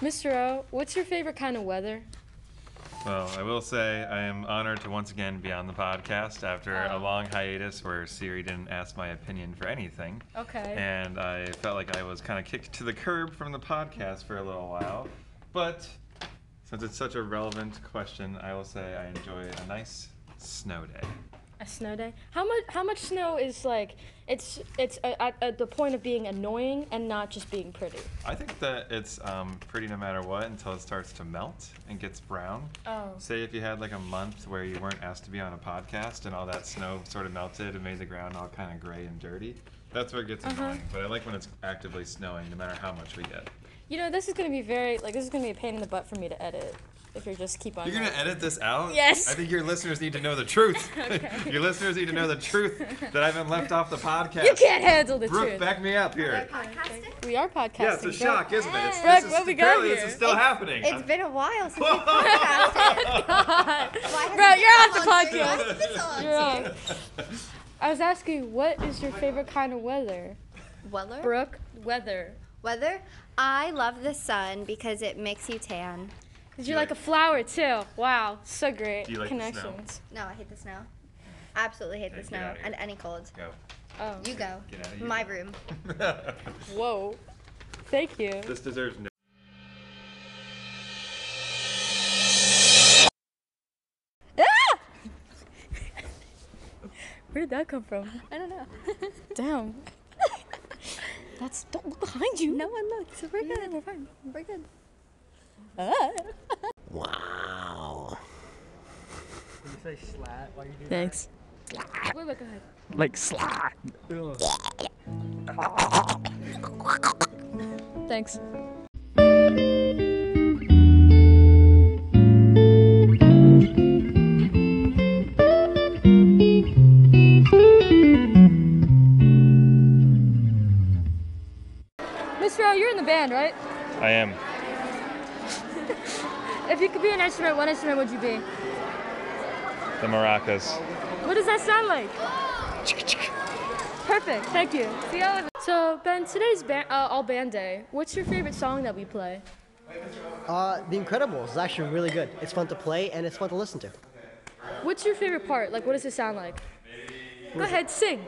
Mr. O, what's your favorite kind of weather? Well, I will say I am honored to once again be on the podcast after a Oh. long hiatus where Siri didn't ask my opinion for anything. Okay. And I felt like I was kind of kicked to the curb from the podcast for a little while. But since it's such a relevant question, I will say I enjoy a nice snow day. A snow day. How much? How much snow is like? It's it's a- at, at the point of being annoying and not just being pretty. I think that it's um, pretty no matter what until it starts to melt and gets brown. Oh. Say if you had like a month where you weren't asked to be on a podcast and all that snow sort of melted and made the ground all kind of gray and dirty. That's where it gets Uh-huh. annoying. But I like when it's actively snowing, no matter how much we get. You know this is gonna be very like this is gonna be a pain in the butt for me to edit if you just keep on. You're gonna like- edit this out? Yes. I think your listeners need to know the truth. Okay. your listeners need to know the truth that I haven't left off the podcast. You can't handle the Brooke, truth. back me up here. Podcasting? we are podcasting. Yeah, it's a shock, isn't it? It's, Brooke, this is, what we got apparently here? This is still happening. It's been a while since we Whoa. podcasted. Bro, you're off the Why podcast. is this on? You're on. I was asking, what is your favorite kind of weather? Weather? Brooke, weather. Weather? I love the sun because it makes you tan. Cause you're like a flower too. Wow, so great Do you like the snow? connections. No, I hate the snow. Absolutely hate Hey, the get snow outta here. and any cold. Go. Oh, You go. Get outta here. My room. whoa. Thank you. this deserves no. Ah! Where did that come from? I don't know. Damn. That's don't look behind you. No one looks. So we're good. We're fine. We're good. You say slat while you do Thanks. Wait, wait, go ahead. Like slat. Thanks. Miss Rowe, you're in the band, right? I am. If you could be an instrument, what instrument would you be? The maracas. What does that sound like? Perfect. Thank you. See you later. So Ben, today's ba- uh, all band day. What's your favorite song that we play? Uh, The Incredibles is actually really good. It's fun to play and it's fun to listen to. What's your favorite part? Like, what does it sound like? Go ahead, sing.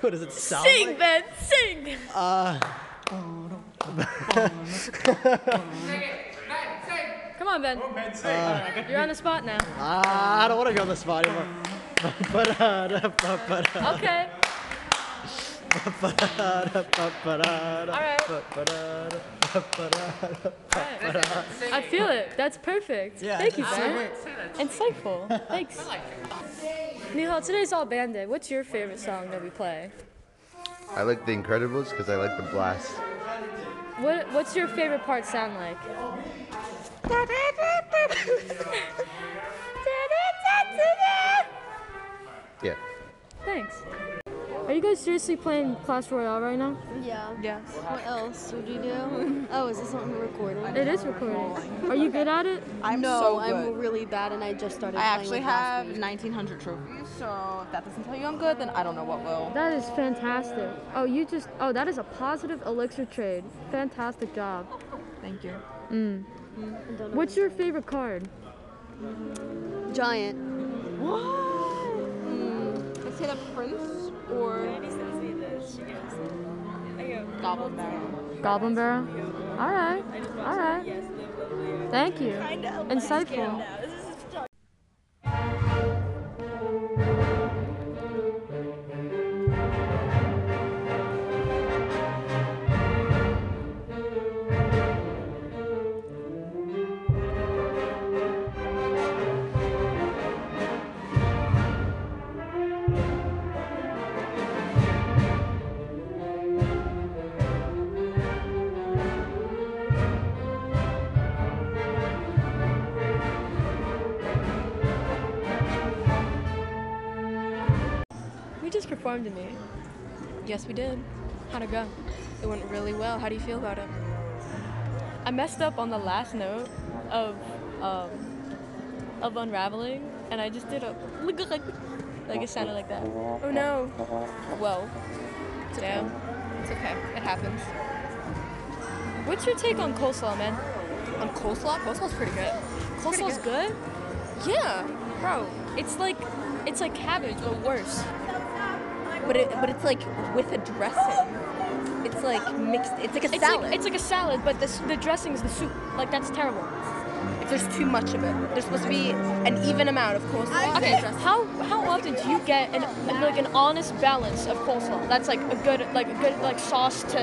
What does it sound Sing, Ben, sing. Uh. Come on, Ben. You're on the spot now. Uh, I don't want to be on the spot anymore. But, uh, da- but, but, uh, Okay. but, uh, da- but, but, uh, da- All right. but, but, uh, da- but, but, uh, da- I feel it. That's perfect. Yeah, Thank you, it's- Ben. Insightful. Thanks. Nihal, today's all band day. What's your favorite song that we play? I like The Incredibles because I like the blast. What What's your favorite part sound like? Yeah. Thanks. Are you guys seriously playing Clash Royale right now? Yeah. Yes. What else would you do? Oh, is this on recording? It is recording. Are you good at it? I'm No, so I'm I'm really bad, and I just started. I actually have 1,900 trophies, so if that doesn't tell you I'm good, then I don't know what will. That is fantastic. Oh, you just. Oh, that is a positive elixir trade. Fantastic job. Thank you. What's your favorite card? giant. What? Let's say the prince or. Goblin Barrel. Goblin Barrel. All right. All right. Thank you. Insightful. We just performed to me. Yes, we did. How'd it go? It went really well. How do you feel about it? I messed up on the last note of um, of unraveling, and I just did a like it sounded like that. Oh no. Whoa, damn. It's okay. It happens. What's your take on coleslaw, man? On coleslaw? Coleslaw's pretty good. Coleslaw's good. Yeah, bro. It's like it's like cabbage, but worse. But it, but it's like with a dressing. It's like mixed. It's like a It's salad. like it's like a salad, but the s- the dressing's the soup. Like that's terrible. if there's too much of it, there's supposed to be an even amount of coleslaw. Okay, how how often do you get an like an honest balance of coleslaw? That's like a good like a good like sauce to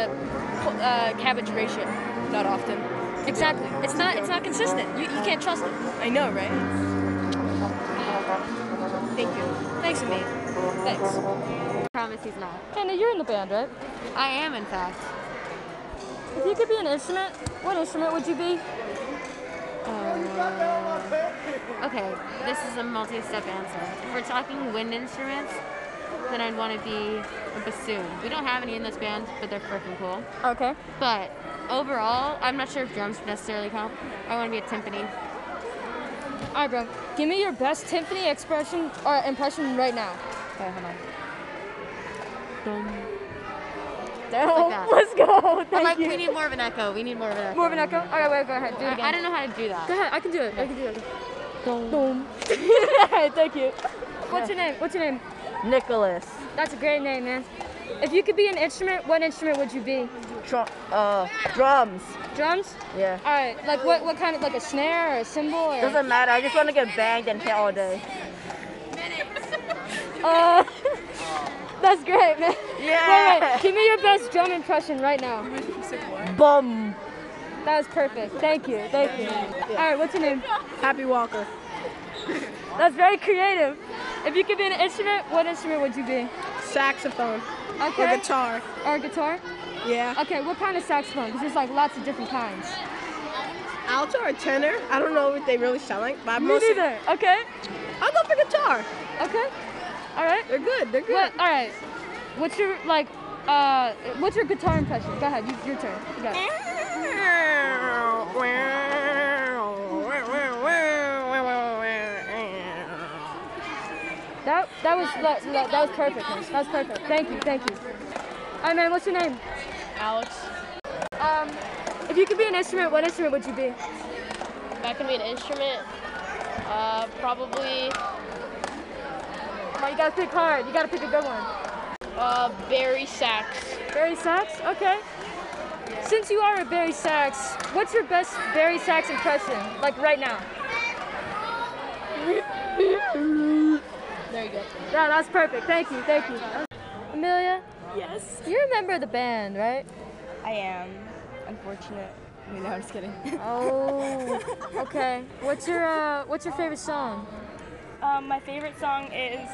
co- uh, cabbage ratio. Not often. Exactly. It's not it's not consistent. You, you can't trust it. I know, right? Thank you. Thanks, me. Thanks. Promise he's not. Hannah, you're in the band, right? I am, in fact. If you could be an instrument, what instrument would you be? Okay, this is a multi-step answer. If we're talking wind instruments, then I'd want to be a bassoon. We don't have any in this band, but they're freaking cool. Okay. But overall, I'm not sure if drums necessarily count. I want to be a timpani. All right, bro. Give me your best timpani expression or impression right now. Okay, hold on. Damn. that. Oh, Let's go. Thank I'm like, you. we need more of an echo. We need more of an echo. More of an echo. All right, wait, go ahead. Do it I, again. I don't know how to do that. Go ahead, I can do it. I can do it. Boom. Thank you. What's your name? What's your name? Nicholas. That's a great name, man. If you could be an instrument, what instrument would you be? Tru- uh, drums. Drums? Yeah. All right. Like what? What kind of like a snare or a cymbal? Or, Doesn't matter. I just want to get banged and hit all day. uh, that's great, man. Wait, Yeah. wait. Give me your best drum impression right now. Bum. That was perfect. Thank you. Thank you. All right. What's your name? Happy Walker. That's very creative. If you could be an instrument, what instrument would you be? Saxophone. Okay. guitar. Or a guitar? Yeah. Okay. What kind of saxophone? Because there's like lots of different kinds. Alto or tenor? I don't know what they really sound like, but Me neither. Okay. I'll go for guitar. Okay. All right. They're good. They're good. What? All right. What's your like? Uh, what's your guitar impression? Go ahead. You, your turn. You got it. That that was that, that, that was perfect. man. That was perfect. Thank you. Thank you. All right, man. What's your name? Alex. Um, if you could be an instrument, what instrument would you be? If I can be an instrument, uh, probably Come on, you gotta pick hard. You gotta pick a good one. uh, Barry Sachs. Barry Sachs. Okay. Since you are a Barry Sachs, what's your best Barry Sachs impression? Like right now. There you go. Yeah, that's perfect. Thank you, thank you. Amelia? Yes. You're a member of the band, right? I am. Unfortunate. No, I'm just kidding. Oh. Okay. What's your uh, What's your favorite song? Um, my favorite song is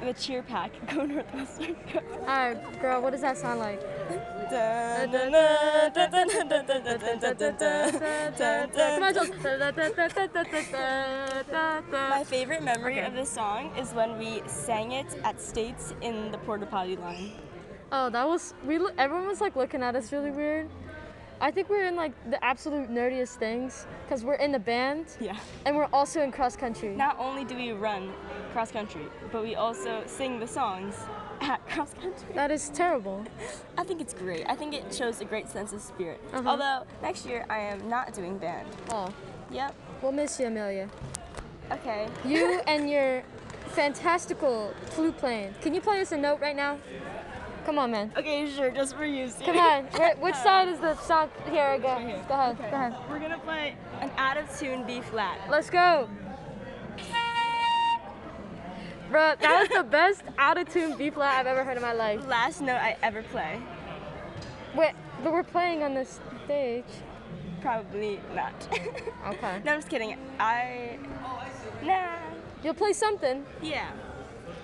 the Cheer Pack. Go Northwestern. Go. All right, girl. What does that sound like? Come on, Jules. My favorite memory of this song is when we sang it at States in the porta potty line. Oh, that was we. lo- Everyone was like looking at us really weird. I think we're in like the absolute nerdiest things because we're in the band Yeah. and we're also in cross country. Not only do we run cross country, but we also sing the songs at cross country. That is terrible. I think it's great. I think it shows a great sense of spirit. Uh-huh. Although next year I am not doing band. Oh, Yep. we'll miss you, Amelia. Okay. You and your fantastical flute playing. Can you play us a note right now? Come on, man. Okay, sure, just for you. Steve. Come on. Where, which side is the song? Here I go. Go ahead. Go ahead. We're gonna play an out of tune B flat. Let's go. Bruh, that was the best out of tune B flat I've ever heard in my life. Last note I ever play. Wait, but we're playing on this stage. Probably not. Okay. no, I'm just kidding. I. Oh, Nah. You'll play something. Yeah.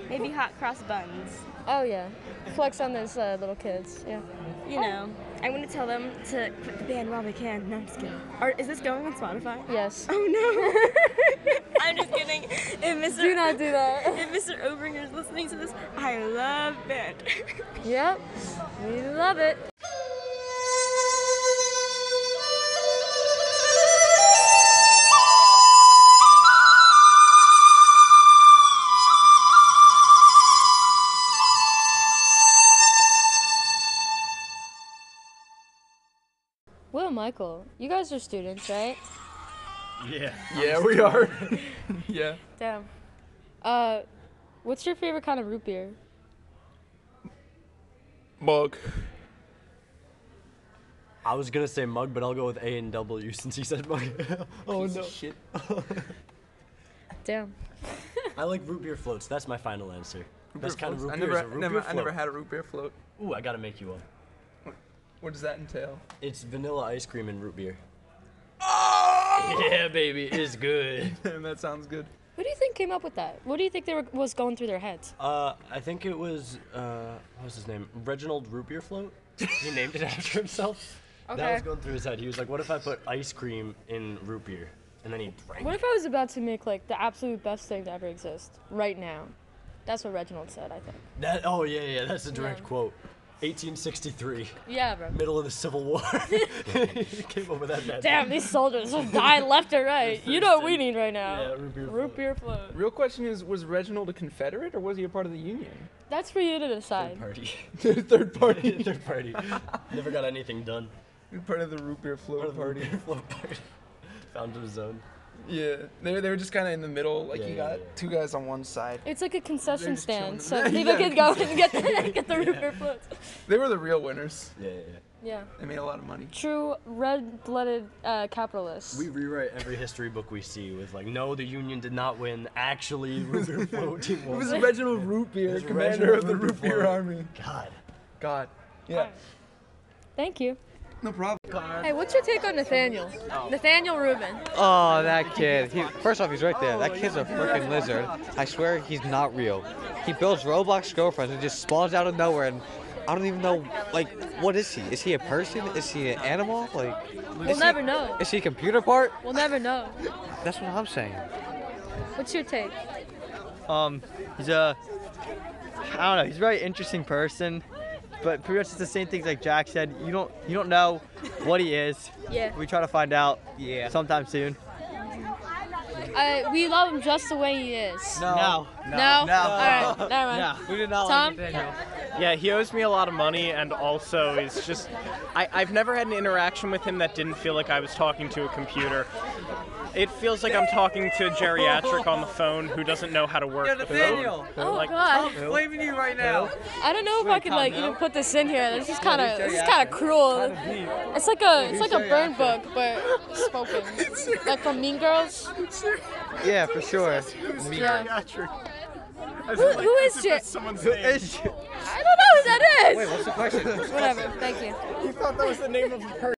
Maybe hot cross buns. Oh yeah. Flex on those uh, little kids. Yeah. You know. Oh. I want to tell them to quit the band while they can. No, I'm just kidding. Or is this going on Spotify? Yes. Oh no. I'm just kidding. If Mr. Do not do that. If Mr. Obringer is listening to this, I love band. Yep. We love it. Will Michael, you guys are students, right? Yeah. Yeah, we are. yeah. Damn. Uh, what's your favorite kind of root beer? Mug. I was gonna say mug, but I'll go with A and W since he said mug. oh Piece no. of shit. Damn. I like root beer floats. That's my final answer. Root Best beer kind floats? of I root beer is never- a root never- beer I float. never had a root beer float. Ooh, I gotta make you one. What does that entail? It's vanilla ice cream and root beer. Yeah, baby, it's good. Damn, that sounds good. Who do you think came up with that? What do you think they were, was going through their heads? Uh, I think it was uh, what was his name? Reginald Root Beer Float. He named it after himself. That Okay. was going through his head. He was like, "What if I put ice cream in root beer?" And then he drank. What it. if I was about to make like the absolute best thing to ever exist right now? That's what Reginald said, I think. That oh yeah yeah that's a direct quote. 1863. Yeah, bro. Middle of the Civil War. he came over that bad. Damn, these soldiers will die left and right. You know what we need right now. Yeah, root beer Root beer float. Real question is, was Reginald a Confederate or was he a part of the Union? That's for you to decide. party. Third party. Third party. Never got anything done. Part of the root beer float party. Found his zone. Yeah, they, they were just kind of in the middle. Like Yeah, you yeah, got two guys on one side. It's like a concession stand, so Yeah, people can go and get the, exactly. get the root beer floats. They were the real winners. Yeah, yeah. Yeah. They made a lot of money. True red-blooded uh, capitalists. We rewrite every history book we see with like, no, the Union did not win. Actually, root beer float team It won. was Reginald Root Beer, was commander of the Reginald Root Beer Rootbeer. Army. God. God. Yeah. Thank you. No problem. Hey, what's your take on Nathaniel? Nathaniel Rubin. Oh, that kid. He, first off, he's right there. Oh, That kid's a freaking lizard. I swear he's not real. He builds Roblox girlfriends and just spawns out of nowhere, and I don't even know, like, what is he? Is he a person? Is he an animal? Like, We'll is never he, know. Is he a computer part? We'll never know. That's what I'm saying. What's your take? Um, he's a, I don't know. He's a very interesting person, but pretty much it's the same things like Jack said. You don't, you don't know what he is. Yeah. We try to find out. Yeah. Sometime soon. Uh, we love him just the way he is. No. No. All right. Never mind. We did not Tom? Yeah, he owes me a lot of money, and also is just. I, I've never had an interaction with him that didn't feel like I was talking to a computer. It feels like I'm talking to a geriatric on the phone who doesn't know how to work Yeah, the Nathaniel. phone. Oh Like, God. blaming you right now. I don't know if I can like even put this in here. This is kind of these this is are kind of cruel. It's like a it's These like a are burn book, but spoken. Like from Mean Girls. Yeah, for sure. Yeah. As Who, in, like, who as is if Jer- that's someone's Who name. is I don't know who that is. Wait, what's the question? What's the Whatever. question? Thank you. You thought that was the name of a person.